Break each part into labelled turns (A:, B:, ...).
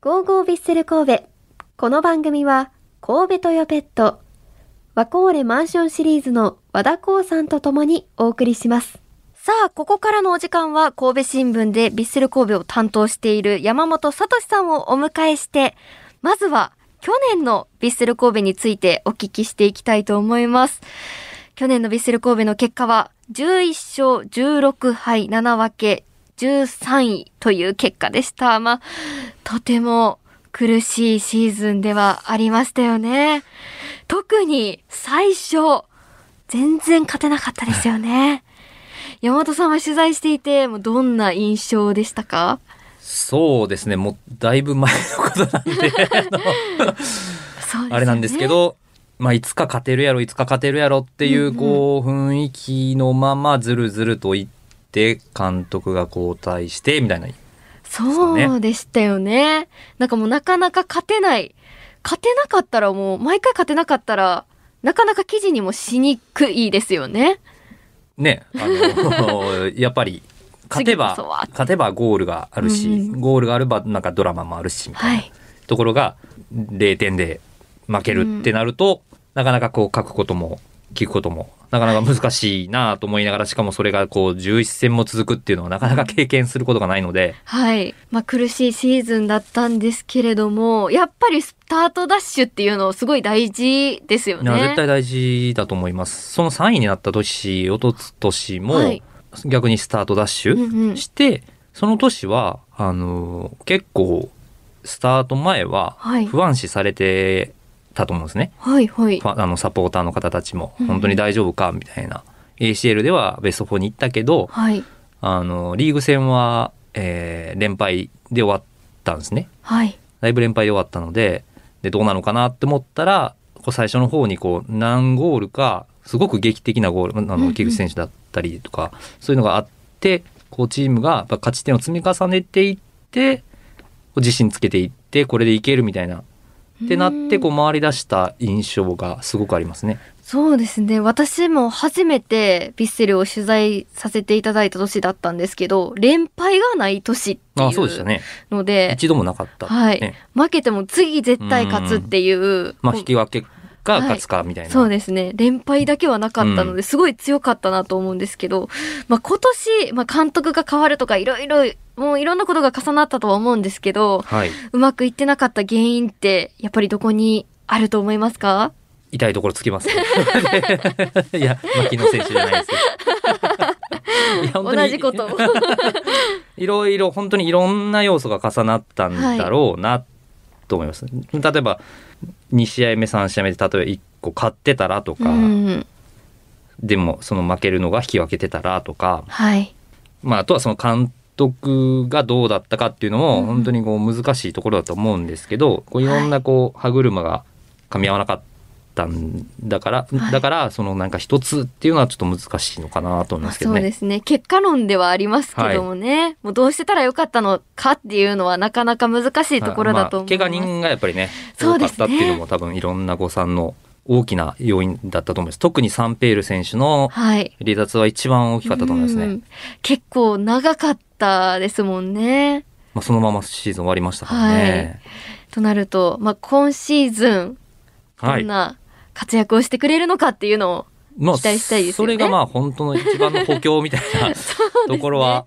A: ゴーゴービッセル神戸。この番組は、神戸トヨペット、ワコーレマンションシリーズの和田光さんと共にお送りします。さあ、ここからのお時間は、神戸新聞でビッセル神戸を担当している山本聡さんをお迎えして、まずは、去年のビッセル神戸についてお聞きしていきたいと思います。去年のビッセル神戸の結果は、11勝16敗7分け13位という結果でした。まあ、とても苦しいシーズンではありましたよね。特に最初、全然勝てなかったですよね。山本さんは取材していて、もうどんな印象でしたか
B: そうですね、もうだいぶ前のことなん で、
A: そうですよね
B: あれなんですけ。ど、まあ、いつか勝てるやろ、いつか勝てるやろってい
A: うんうん
B: う、こう、雰囲気のまま、ずるずると言って、監督が交代して、みたいな。
A: そうでしたよね。なんかもうなかなか勝てない。勝てなかったらもう、毎回勝てなかったら、なかなか記事にもしにくいですよね。
B: ね、あ の、やっぱり、勝てば
A: 次こそは、
B: 勝てばゴールがあるし、
A: うんうん
B: ゴールがあれば、なんかドラマもあるし、みたいな
A: はい。
B: ところが、0点で負けるってなると、なかなかこう書くことも聞くことも、なかなか難しいなと思いながら、しかもそれがこう11戦も続くっていうのはなかなか経験することがないので、
A: はい。まあ苦しいシーズンだったんですけれども、やっぱりスタートダッシュっていうのすごい大事ですよ
B: いや
A: ね。
B: 絶対大事だと思います。その3位になった年、おとつ年も、
A: はい
B: 逆にスタートダッシ
A: う
B: ュ
A: んうん。
B: して、その年は、あのー結構、スタート前は
A: はい。
B: 不安視されてたと思うんですね。
A: はいはい
B: フ。ァあのサポーターの方たちも
A: うん
B: 本当に大丈夫かみたいな、ACL ではベスト4に行ったけど
A: はい。
B: あのリーグ戦は、えー連敗で終わったんですね
A: はい。
B: だいぶ連敗で終わったのででどうなのかなって思ったらこう最初の方にこう何ゴールかすごく劇的なゴールあ
A: うんう
B: の
A: ん
B: 木口選手だったりとか、そういうのがあってこうチームがやっぱ勝ち点を積み重ねていってこう自信つけていってこれでいけるみたいなってなってこう
A: うん
B: 回り出した印象がすごくありますね。
A: そうですね。私も初めてヴィッセルを取材させていただいた年だったんですけど、連敗がない年っていう
B: あそうでしたね
A: ので、
B: 一度もなかった、
A: はい
B: ね
A: 負けても次絶対勝つっていう。
B: まあ、
A: こう
B: 引き分けが勝つかみたいな、
A: そうですね。連敗だけはなかったので、すごい強かったなと思うんですけど、まあ今年、まあ監督が変わるとかいろいろ、もういろんなことが重なったとは思うんですけど、
B: はいう
A: まくいってなかった原因って、やっぱりどこにあると思いますか
B: 痛いところつきます、ね、 いや牧野選手じゃないで すけどいや本当に
A: 同じことを。
B: いろいろ本当にいろんな要素が重なったんだろうなと思います、例えば2試合目3試合目で例えば1個勝ってたらと
A: う
B: か、
A: ん。
B: でもその負けるのが引き分けてたらとか、
A: はい。
B: まあ、あとはその監督がどうだったかっていうの
A: う
B: も
A: ん
B: 本当にこう難しいところだと思うんですけど、こういろんなこう歯車が噛み合わなかったんだから、
A: はい
B: だからそのなんか一つっていうのはちょっと難しいのかなと思い
A: まあ
B: ますけ
A: そう
B: どね。
A: ですね。結果論ではありますけどもね、もうどうしてたらよかったのかっていうのはなかなか難しいところだと思います。
B: まあ怪我人がやっぱりね
A: そう
B: 多か
A: で
B: っ
A: す
B: た
A: ね
B: っていうのも多分いろんな誤算の大きな要因だったと思います。特にサンペール選手の
A: はい。
B: 離脱は一番大きかったと思います
A: う
B: ね。
A: ん結構長かったですもんね。
B: まあ、そのままシーズン終わりましたからね。
A: となると、まあ、今シーズンど
B: はい
A: んな活躍をしてくれるのかっていうのを、
B: まあ、
A: 期待したいですよね
B: それがまあ本当の一番の補強 みたいなところは、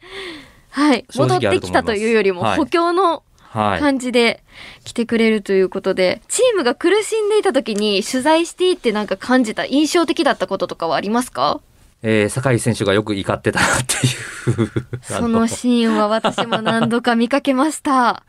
A: はい、
B: 正
A: 戻
B: 直
A: ってきたというよりも
B: あると思いますはい
A: 補強の
B: はい。
A: 感じで来てくれるということで、チームが苦しんでいた時に取材していってなんか感じた印象的だったこととかはありますか
B: えー、酒井選手がよく怒ってたなっていう。あ
A: そのシーンは私も何度か見かけま した。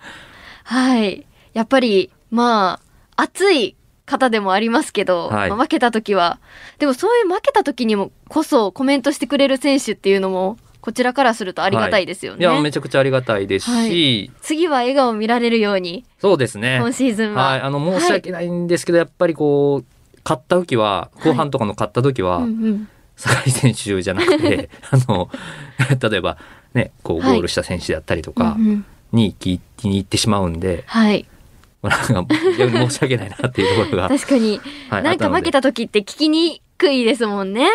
A: はい。やっぱり、まあ、熱い方でもありますけど、
B: はい
A: まあ負けた時は。でもそういう負けた時にもこそコメントしてくれる選手っていうのも、こちらからするとありがたいですよ
B: い
A: ね。
B: や、めちゃくちゃありがたいですし、
A: は次は笑顔を見られるように、
B: そうですね。
A: 今シーズンは。
B: はい。あの、申し訳ないんですけど、やっぱりこう、勝った時は、後半とかの勝った時は、
A: うんうん
B: 酒井選手じゃな くて、あの、 例えば、ね、こう、ゴ
A: はい
B: ールした選手だったりとか
A: うんうん
B: に気に入ってしまうんで、
A: はい。
B: まあなんか、逆に申し訳ないなっていうと ころが、
A: 確かに、
B: はい
A: なんか負けた時って聞きにくいですもんね。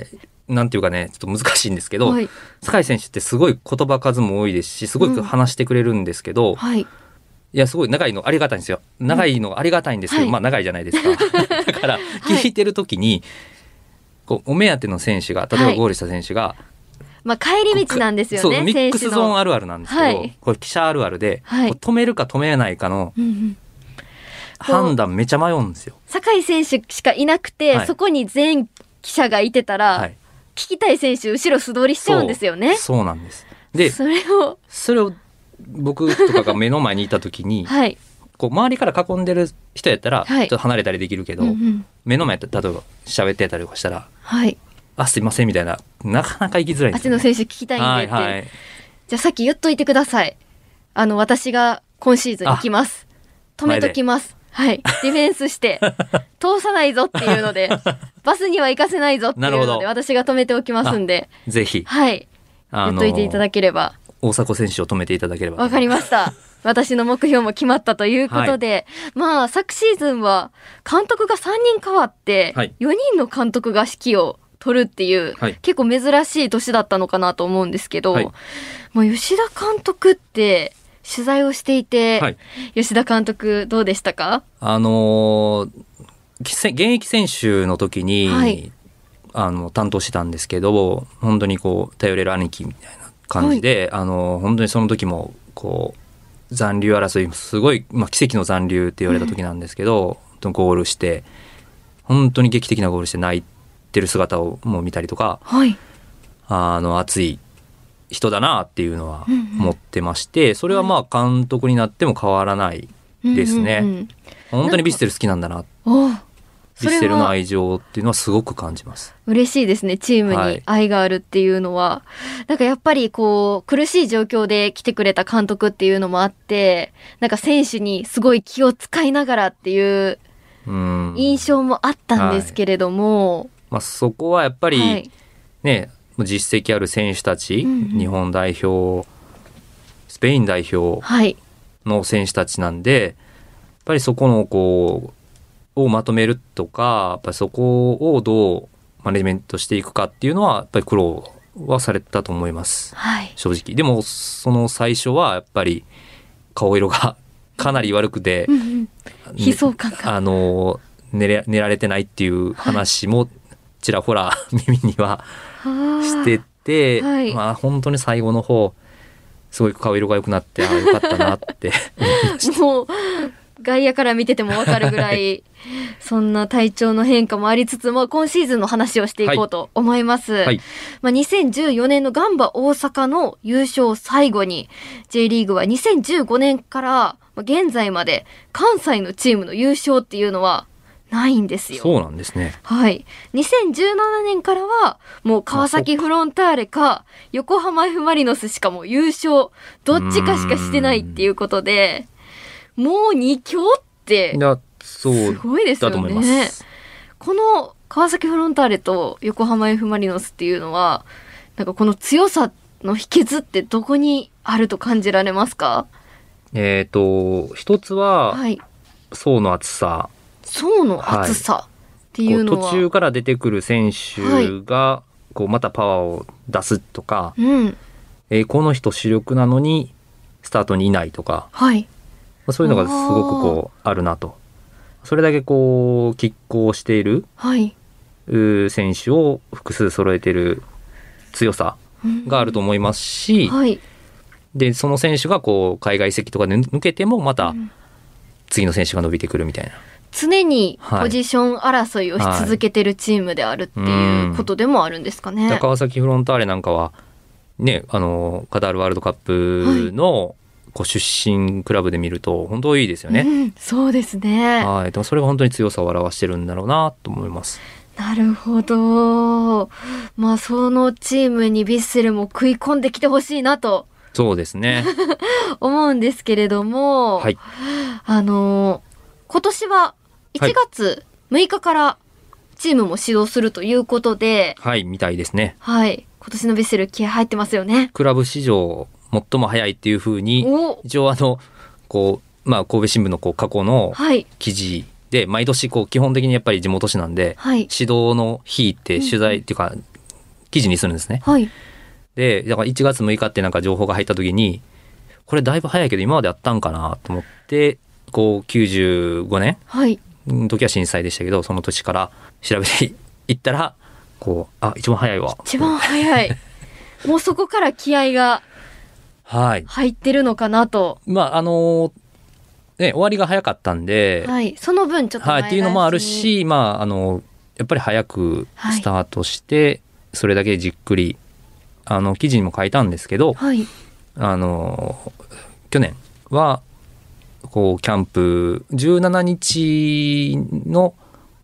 B: はい。なんていうかね、ちょっと難しいんですけど、
A: はい。
B: 酒井選手ってすごい言葉数も多いですし、すごい話してくれるんですけど、
A: はい。
B: いや、すごい長いのありがたいんですよ。長いのありがたいんですけど、
A: はい
B: まあ長いじゃないですか。だから、聞いてる時に、こうお目当ての選手が、例え
A: は
B: ば
A: い
B: ゴールした選手が、
A: まあ、帰り道なんですよね、
B: そう、ミックスゾーン
A: ン。
B: あるあるなんですけど、
A: はい
B: これ記者あるあるで、
A: はい
B: こう止めるか止めないかの
A: うんうん
B: 判断めちゃ迷うんですよ。
A: 酒井選手しかいなくて、
B: はい
A: そこに全記者がいてたら、
B: はい。
A: 聞きたい選手後ろ素通りしちゃうんですよね。
B: そうなんです。で、
A: それを、
B: それを僕とかが目の前にいた時 に、
A: はい。
B: こう周りから囲んでる人やったら、
A: はい
B: ちょっと離れたりできるけど、
A: うんうん
B: 目の前やったら例えば喋ってたりとかしたら、
A: はい。
B: あ、すいませんみたいな、なかなか行きづらいん
A: あっち
B: ですよ、ね。
A: の選手聞きたいん
B: は
A: で
B: い
A: って。
B: はい。
A: じゃあさっき言っといてください。あの、私が今シーズン行きます。止めときます。はい。ディフェンス して、通さないぞっていうので、バスには行かせないぞっていう
B: なる
A: の
B: ほ
A: で、
B: ど
A: 私が止めておきますんで、
B: ぜひ、
A: はい。言っといていただければ。
B: 大迫選手を止めていただければ。
A: わかりました。私の目標も決まったということで、まあ、昨シーズンは監督が3人変わって、
B: はい
A: 4人の監督が指揮を取るっていう、
B: はい
A: 結構珍しい年だったのかなと思うんですけど、
B: はい
A: まあ、吉田監督って取材をしていて、
B: はい
A: 吉田監督どうでしたか
B: あのーせ現役選手の時に、
A: はい
B: あの担当してたんですけど本当にこう頼れる兄貴みたいな感じで、あのー本当にその時もこう残留争いすごい、まあ、奇跡の残留って言われた時なんですけど、本当にゴールして本当に劇的なゴールして泣いてる姿をもう見たりとか
A: はい。
B: あの熱い人だなっていうのは
A: うんうん
B: 思ってまして、それはまあ監督になっても変わらないですね
A: うんうん
B: 本当にビステル好きなんだな
A: うんおうそ
B: ヴィ
A: れ
B: ッセルの
A: は
B: 愛情っていうのはすごく感じます。
A: 嬉しいですね。チーム
B: は
A: に
B: い
A: 愛があるっていうのは。なんかやっぱりこう、苦しい状況で来てくれた監督っていうのもあって、なんか選手にすごい気を使いながらっていう
B: うん。
A: 印象もあったんですけれども。
B: まあそこはやっぱ
A: はい。
B: りね、実績ある選手たち、
A: うんうん
B: 日本代表、スペイン代表
A: はい。
B: の選手たちなんで、やっぱりそこのこう、をまとめるとか、やっぱりそこをどうマネジメントしていくかっていうのは、やっぱり苦労はされたと思います。
A: はい。
B: 正直。でも、その最初はやっぱり顔色がかなり悪くて
A: う、んうん悲壮感が。
B: あの寝れ寝られてないっていう話もちらほら 耳にはしてて、
A: あーはい
B: まあ本当に最後の方すごい顔色が良くなってああよかったなって
A: もう、外野から見ててもわかるぐらい、そんな体調の変化もありつつも、今シーズンの話をしていこうと思います。
B: はい
A: まあ、2014年のガンバ大阪の優勝を最後に、J リーグは2015年からまあ現在まで関西のチームの優勝っていうのはないんですよ。
B: そうなんですね
A: はい。2017年からは、もう川崎フロンターレか、横浜 F ・マリノスしかもう優勝、どっちかしかしてないっていうことで、もう2強って
B: い、やそ
A: す
B: う
A: ごいです
B: だと
A: よ
B: 思います、
A: ね。この川崎フロンターレと横浜 F ・マリノスっていうのは、なんかこの強さの秘訣ってどこにあると感じられますか
B: えっ、と一つは
A: はい。
B: 層の厚さ
A: 層の厚さってい
B: こ
A: う
B: う
A: のは、
B: 途中から出てくる選手が、こうまたパワーを出すとか、
A: うん。
B: えーこの人主力なのにスタートにいないとか
A: はい。
B: まあそういうのがすごくこうあるなと。それだけこう拮抗している
A: はい。
B: うー選手を複数揃えている強さ
A: うん
B: があると思いますし、
A: はい。
B: でその選手がこう海外移籍とかで抜けてもま
A: う
B: た
A: ん
B: 次の選手が伸びてくるみたいな。
A: 常に
B: はい
A: ポジション争いをし続けてるチームであるっていうことでもあるんですかね。
B: 川崎フロンターレなんかはねあのカタールワールドカップのこう出身クラブで見ると本当いいですよ
A: う
B: ね。
A: ん、そうですね。
B: はい、でもそれが本当に強さを表してるんだろうなと思います。
A: なるほど。まあ、そのチームにヴィッセルも食い込んできてほしいなと
B: そうですね。
A: 思うんですけれども、
B: はい。
A: あのー今年は1月6日からチームも始動するということで、
B: はい、みたいですね。
A: はい、今年のヴィッセル気合入ってますよね。
B: クラブ史上最も早いっていうふうに、
A: お
B: 一応あの、こう、まあ、神戸新聞のこう過去の
A: はい、
B: 記事で、毎年こう、基本的にやっぱり地元紙なんで、
A: はい、
B: 指導の日って取材っていうか、記事にするんですね。
A: はい。
B: で、だから1月6日ってなんか情報が入った時に、これだいぶ早いけど今まであったんかなと思ってこう95年
A: はい。
B: の時は震災でしたけどその年から調べていったらこうあ一番早いわ
A: 一番早 い。もうそこから気合が
B: はい
A: 入ってるのかなと。
B: まああのね終わりが早かったんで、
A: はい。その分ちょっと
B: はい、
A: 前
B: っていうのもある。し、まあ、あのやっぱり早くスタートして、それだけじっくりあの記事にも書いたんですけど
A: はい。
B: あの去年はこうキャンプ17日の、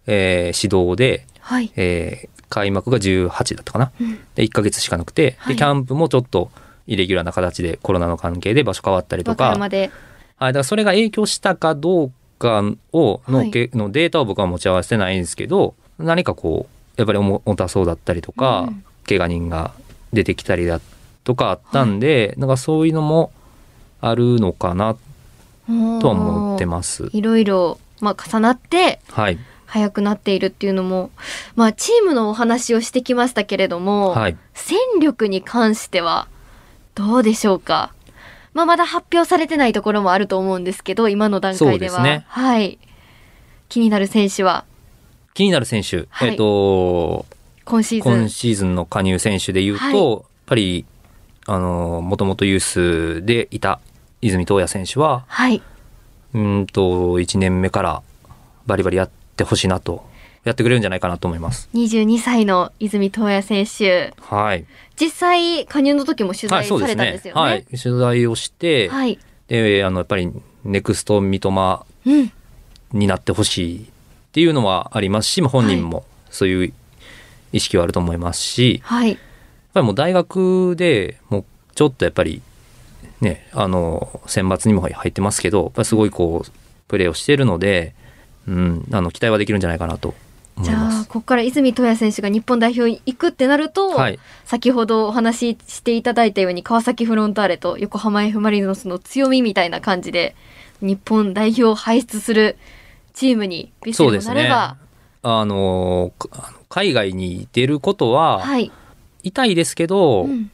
B: えー指導で、
A: はい。
B: えー開幕が18だったかな
A: うん
B: で1ヶ月しかなくて、
A: はい
B: でキャンプもちょっとイレギュラーな形でコロナの関係で場所変わったり
A: 和
B: と
A: 歌
B: か。
A: 山で。
B: はい、だからそれが影響したかどうかをの,、
A: はい
B: けのデータを僕は持ち合わせてないんですけど何かこうやっぱり重重たそうだったりとか、
A: うん
B: 怪我人が出てきたりだとかあったんで、なんかそういうのもあるのかなと
A: と
B: は思ってます。
A: いろいろ、まあ、重なって
B: はい、
A: 早くなっているっていうのも、まあ、チームのお話をしてきましたけれども、
B: はい、
A: 戦力に関してはどうでしょうか、まあ、まだ発表されてないところもあると思うんですけど今の段階では
B: そうですね
A: はい、気になる選手は
B: 気になる選手、
A: はい
B: えっと
A: 今シーズン
B: 今シーズンの加入選手で言うと、やっぱりあのもともとユースでいた泉東也選手は
A: はい、
B: うーんと1年目からバリバリやってほしいなとやってくれるんじゃないかなと思います。
A: 22歳の泉東也選手
B: はい、
A: 実際加入の時も取
B: は
A: 材
B: い、そう
A: され
B: です
A: たんで
B: ね
A: すよ。ね。
B: はい、取材をして、
A: はい
B: であのやっぱりネクスト三笘
A: うん
B: になってほしいっていうのはありますし、まあ本人もそういう意識はあると思いますし、
A: はい
B: やっぱりもう大学でもうちょっとやっぱりねあの選抜にも入ってますけど、やっぱりすごいこうプレーをしているので、うん、あの期待はできるんじゃないかなと思
A: じ
B: いま
A: ゃあ
B: す。
A: ここから泉東也選手が日本代表に行くってなると、
B: はい、
A: 先ほどお話ししていただいたように川崎フロンターレと横浜 F ・マリノスの強みみたいな感じで日本代表を輩出するチームにビッシ
B: そう
A: ュ
B: で
A: に
B: す
A: な
B: ね
A: れば、
B: あのかあの海外に出ることは
A: はい、
B: 痛いですけど、
A: うん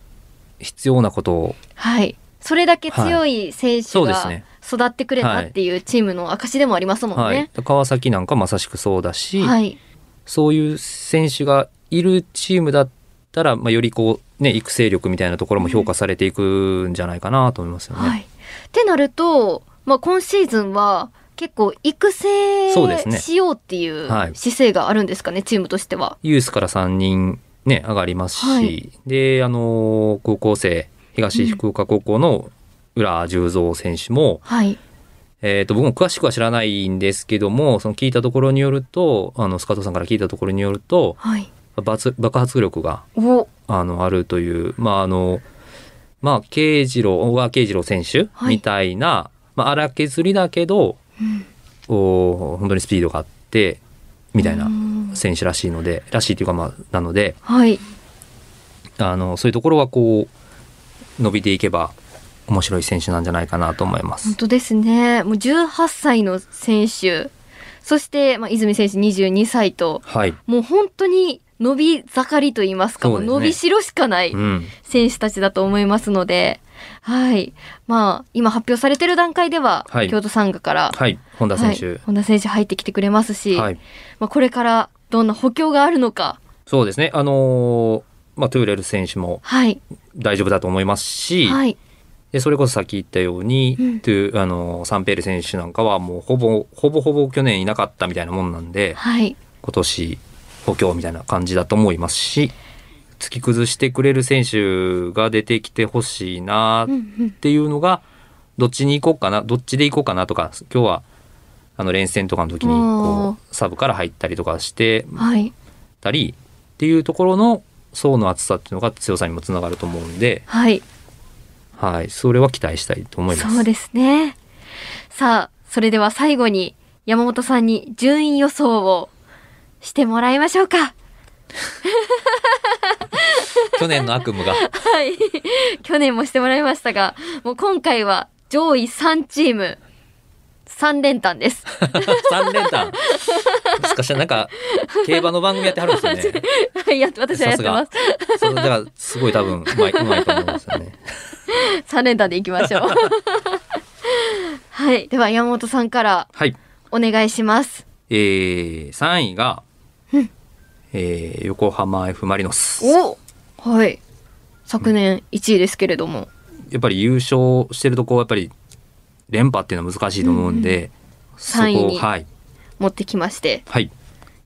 B: 必要なことを
A: はい、それだけ強い選手
B: そうです
A: が
B: ね
A: 育ってくれたっていうチームの証でもありますもん
B: はい
A: ね。、
B: 川崎なんかまさしくそうだし、
A: はい、
B: そういう選手がいるチームだったら、まあ、よりこう、ね、育成力みたいなところも評価されていくんじゃないかなと思いますよね。
A: はい、ってなると、まあ、今シーズンは結構育
B: そうです
A: 成
B: ね
A: しようっていう
B: はい
A: 姿勢があるんですかねチームとしては。
B: ユースから3人、ね、上がりますし、
A: はい
B: であの高校生東福岡高校の浦十三選手も、
A: はい、
B: えー、と僕も詳しくは知らないんですけどもその聞いたところによるとあのスカトさんから聞いたところによると
A: はい、
B: 爆爆発力が
A: お
B: あのあるというまああのまあ慶次郎小川慶次郎選手
A: はい
B: みたいな、まあ、荒削りだけど
A: うん
B: おー本当にスピードがあってみたいうなん選手らしいのでらしいというかまあなので
A: はい
B: あのそういうところはこう伸びていけば面白い選手なんじゃないかなと思いま
A: 本
B: す。
A: 当ですね。もう18歳の選手、そして、まあ、泉選手22歳と、
B: はい、
A: もう本当に伸び盛りと言いますか、
B: そうですね
A: もう伸びしろしかない
B: うん
A: 選手たちだと思いますので、はい。まあ、今発表されてる段階では、
B: はい
A: 京都サンガから、
B: はい、本田選手、
A: はい本田選手入ってきてくれますし、
B: はい、
A: まあ、これからどんな補強があるのか、
B: そうですね、あのーまあ、トゥーレル選手も
A: はい。
B: 大丈夫だと思いますし、
A: はい。
B: でそれこそさっき言ったように、
A: うん
B: トゥあのーサンペール選手なんかはもうほぼほぼほぼ去年いなかったみたいなもんなんで
A: はい。
B: 今年補強みたいな感じだと思いますし突き崩してくれる選手が出てきてほしいな
A: うんう
B: っ
A: ん。
B: ていうのがどっちに行こうかなどっちで行こうかなとか今日はあの連戦とかの時に
A: おー
B: こうサブから入ったりとかして
A: はい。
B: ったりっていうところの層の厚さっていうのが強さにもつながると思うんで、
A: はい。
B: はい、それは期待したいと思います。
A: そうですね。さあ、それでは最後に山本さんに順位予想をしてもらいましょうか。
B: 去年の悪夢 が、
A: はい。 去年もしてもらいましたが、もう今回は上位3チーム3連単です。
B: 3連単。すかしらなんか、競馬の番組やってはるんですよね。
A: はい、やっ私はやってます。
B: それだから、すごい多分、うまい、うまいと思いますよね。
A: 3連単でいきま しょう。はい。では、山本さんから
B: はい。
A: お願いします。
B: えー、3位が、えー、横浜 F ・マリノス。
A: おはい。昨年1位ですけれども。
B: やっぱり優勝してるとこうやっぱり連覇っていうのは難しいと思うんで、そこ
A: 三位に
B: はい
A: 持ってきまして。
B: はい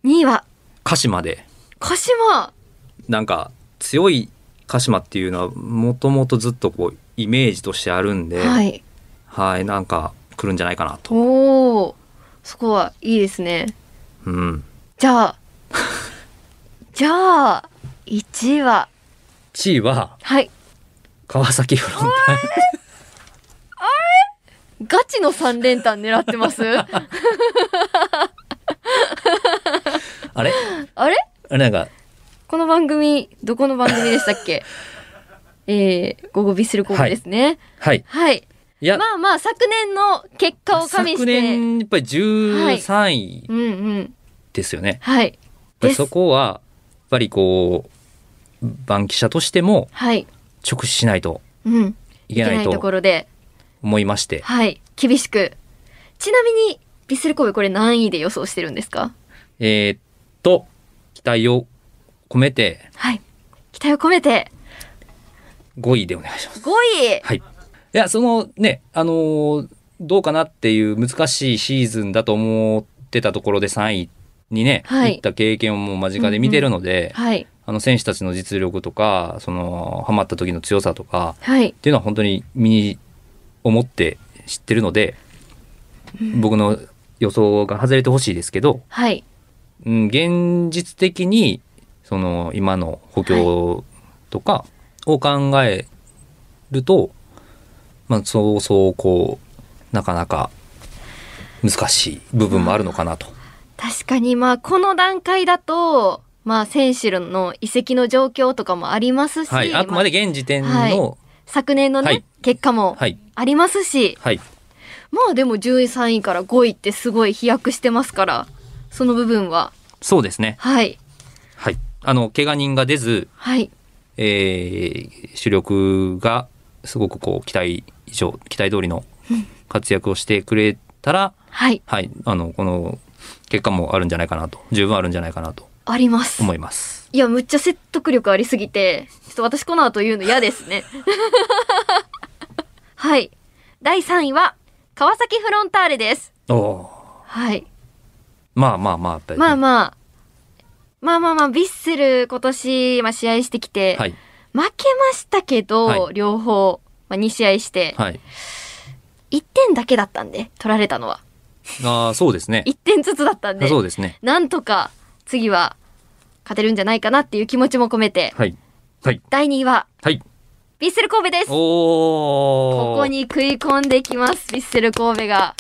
A: 2位は、
B: 鹿島で
A: 鹿島
B: なんか強い鹿島っていうのはもともとずっとこうイメージとしてあるんで、
A: は
B: はい、
A: い。
B: なんか来るんじゃないかなと、
A: おおそこはいいですね。
B: うん、
A: じゃあ、 じゃあ、1位は、
B: 1位は
A: はい。
B: 川崎フロンターレ
A: ガチの3連単狙って ます
B: あれ
A: あれ
B: あれなんか
A: この番組、どこの番組でしたっけ えー、午後ビスルコーですね。
B: はい
A: はい。
B: いや、
A: まあまあ、昨年の結果を加味して。
B: 昨年やっぱり13位
A: うんうん。
B: ですよね、
A: はい。
B: で
A: です
B: そこはやっぱりこう番記者としても
A: はい。
B: 直視しないと
A: うん。いけ
B: いけな
A: ないいと
B: と
A: ころで。
B: 思いまして
A: はい。厳しく。ちなみに、ビスル神戸これ何位で予想してるんですか
B: えーっと、期待を込めて
A: はい。期待を込めて、
B: 5位でお願いします。
A: 5位
B: はい。いや、そのね、あのーどうかなっていう難しいシーズンだと思ってたところで3位にね、
A: はい
B: 行った経験をもう間近で見てるので、
A: はい。
B: あの選手たちの実力とか、その、ハマった時の強さとか、
A: はい
B: っ。ていうのは本当に身に思って知ってるので、僕の予想が外れてほしいですけど、
A: はい。
B: うん、現実的にその今の補強とかを考えると、まあそうそうこうなかなか難しい部分もあるのかなと。
A: 確かに、まあ、この段階だと、まあ、選手の移籍の状況とかもありますし、
B: はい、あくまで
A: ま
B: 現時点
A: はい
B: の、
A: あ昨年のね、
B: はい
A: 結果も
B: はい、
A: ありますし、
B: はい、
A: まあでも10位、3位から5位ってすごい飛躍してますから、その部分は、
B: そうですね。
A: はい、
B: はい。あの、怪我人が出ず、
A: はい、
B: えー主力がすごくこう期待以上、期待通りの活躍をしてくれたら、
A: はい、
B: はい、あの、この結果もあるんじゃないかなと、十分あるんじゃないかなと
A: あります。
B: 思います。
A: いや、むっちゃ説得力ありすぎて、ちょっと私この後言うの嫌ですね。 はい。第3位は、川崎フロンターレです。
B: おおー、
A: はい。
B: まあまあまあ、やっぱりね
A: まあまあ、まあまあまあ、ヴィッセル今年、まあ試合してきて、
B: はい、
A: 負けましたけど、
B: はい
A: 両方、まあ2試合して、
B: はい。
A: 1点だけだったんで、取られたのは。
B: ああ、そうですね。
A: 1点ずつだったんで、
B: そうですね。
A: なんとか次は勝てるんじゃないかなっていう気持ちも込めて、
B: はい。はい。
A: 第2位は
B: はい。
A: ヴィッセル神戸です。こ
B: おお。
A: こ。に食い込んできます、ヴィッセル神戸が。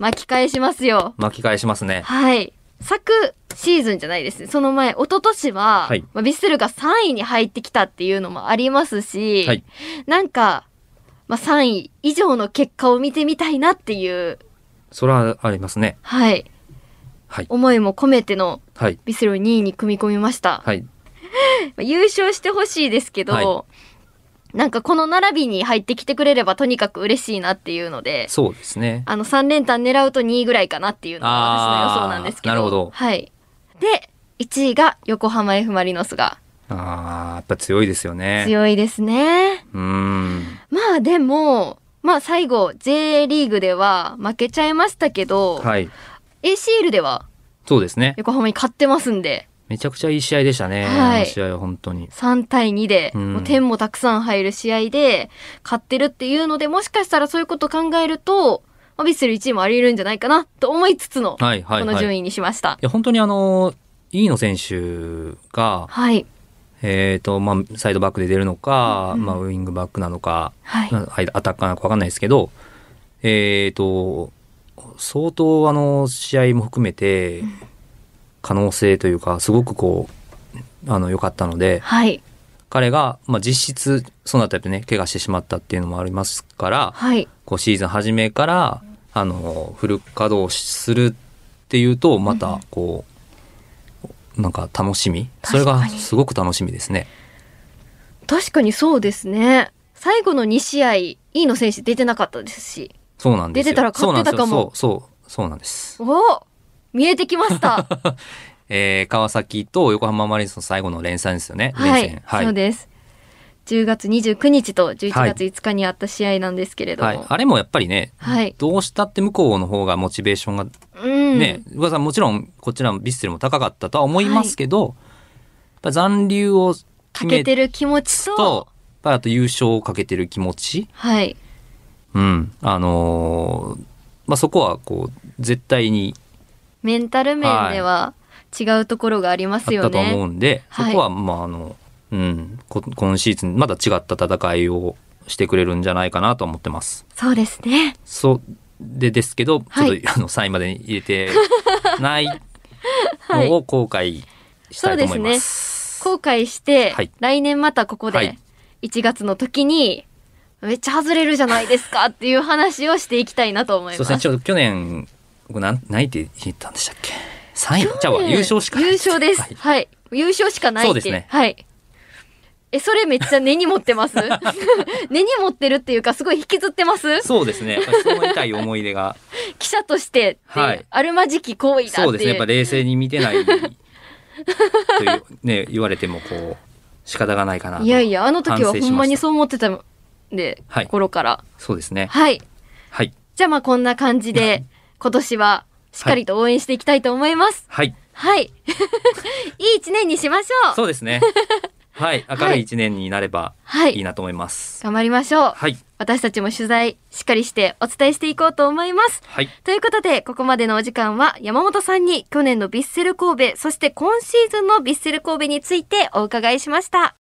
A: 巻き返しますよ。
B: 巻き返しますね。
A: はい。昨シーズンじゃないですね。その前、一昨年は、
B: はい
A: まあ、ヴィッセルが3位に入ってきたっていうのもありますし、
B: はい。
A: なんか、まあ、3位以上の結果を見てみたいなっていう、
B: それはありますね。
A: はい、
B: はい。
A: 思いも込めての
B: はい。
A: ヴィッセルを2位に組み込みました。
B: はい。
A: まあ優勝してほしいですけど、
B: は
A: なんかこの並びに入ってきてくれればとにかく嬉しいなっていうので、
B: そうですね。
A: あの3連単狙うと2位ぐらいかなっていうのが私の予想なんですけど。
B: あーなるほど
A: はい。で、1位が横浜 F ・マリノスが
B: ああ、やっぱ強いですよね。
A: 強いですね。
B: うーん。
A: まあでも、まあ最後 J リーグでは負けちゃいましたけど、
B: はい。
A: ACL では
B: そうですね。
A: 横浜に勝ってますんで、
B: めちゃくちゃいい試合でしたね。
A: はい
B: あの試合は本当に。
A: 3対2で、
B: うん
A: もう点もたくさん入る試合で、勝ってるっていうので、もしかしたらそういうこと考えると、まあ、ビッセル1位もあり得るんじゃないかなと思いつつの、こ
B: はいはい
A: の
B: はい。
A: 順
B: い
A: 位にしました。
B: や、本当にあの、飯野選手が、
A: はい。
B: えっ、と、まあ、サイドバックで出るのか、
A: うんうん
B: まあ、ウイングバックなのか、
A: はい。
B: まあアタッカーなのか分かんないですけど、えー、と相当あの試合も含めて可能性というかすごくこうあの良かったので
A: はい。
B: 彼が、まあ、実質そのあたりでね怪我してしまったっていうのもありますから
A: はい。
B: こうシーズン初めからあのフル稼働するっっていうとまたこう、なんか楽しみそれが
A: 確かに
B: すごく楽しみですね。
A: 確かにそうですね。最後の2試合、飯野選手出てなかったですし。
B: そうなんです
A: 出
B: よ
A: てたら勝ってたかも
B: そうなんですよそうそうそうなんです。
A: お見えてきま した。
B: えー川崎と横浜マリノスの最後の連戦ですよね。
A: は
B: 連
A: い
B: 戦、は
A: そう
B: い。
A: です。10月29日と11月5日にあった試合なんですけれども。
B: はい、あれもやっぱりね、
A: はい。
B: どうしたって向こうの方がモチベーションが
A: うん。
B: ね、うさんもちろんこちらのビッセルも高かったとは思いますけど、やっぱ残留を決
A: か
B: め
A: け
B: て
A: てる気持ちと、
B: と、やっぱあと優勝をかけてる気持ち、
A: はい。
B: うん、あのーまあ、そこはこう絶対に
A: メンタル面では違うところがありま
B: あ
A: す
B: っ
A: よ
B: たと
A: ね。
B: 思うんで、
A: はい
B: そこはまああの、うん、こ今シーズンまだ違った戦いをしてくれるんじゃないかなと思ってます。
A: そうですね。
B: そうでですけど、
A: はい
B: ちょっとあの3位までに入れて ない
A: はい
B: のを後悔したいと思います。
A: 後悔して、
B: はい
A: 来年またここ
B: は
A: で
B: い
A: 1月の時に、めっちゃ外れるじゃないですかっていう話をしていきたいなと思い
B: そ
A: ま。
B: うですすね、ちょっと去年、僕なん、何位って言ったんでしたっけ ?3 位じゃあ
A: ね
B: 優勝しかない。
A: 優勝です。
B: はい
A: はい。優勝しかないって。
B: そうですね
A: はい。え、それめっちゃ根に持って ます根に持ってるっていうか、すごい引きずってます
B: そうですね。やっぱりその痛い思い出が。
A: 記者としてっていう、
B: はい
A: あるまじき行為だっていう。
B: そうですね。やっぱ冷静に見てない。という、ね、言われてもこう、仕方がないかなと。
A: いやいや、あの時は
B: 反省しま
A: ほ
B: した
A: んまにそう思ってたんで、
B: はい
A: 心から。
B: そうですね。
A: はい。
B: はい。
A: じゃあまあこんな感じで、今年はしっかりと応援していきたいと思います。
B: はい。
A: はい。い い一年にしましょう。
B: そうですね。はい。明るい一年になれば
A: はい
B: い
A: い。
B: なと思います。
A: 頑張りましょう。
B: はい。
A: 私たちも取材しっかりしてお伝えしていこうと思います。
B: はい。
A: ということで、ここまでのお時間は山本さんに去年のヴィッセル神戸、そして今シーズンのヴィッセル神戸についてお伺いしました。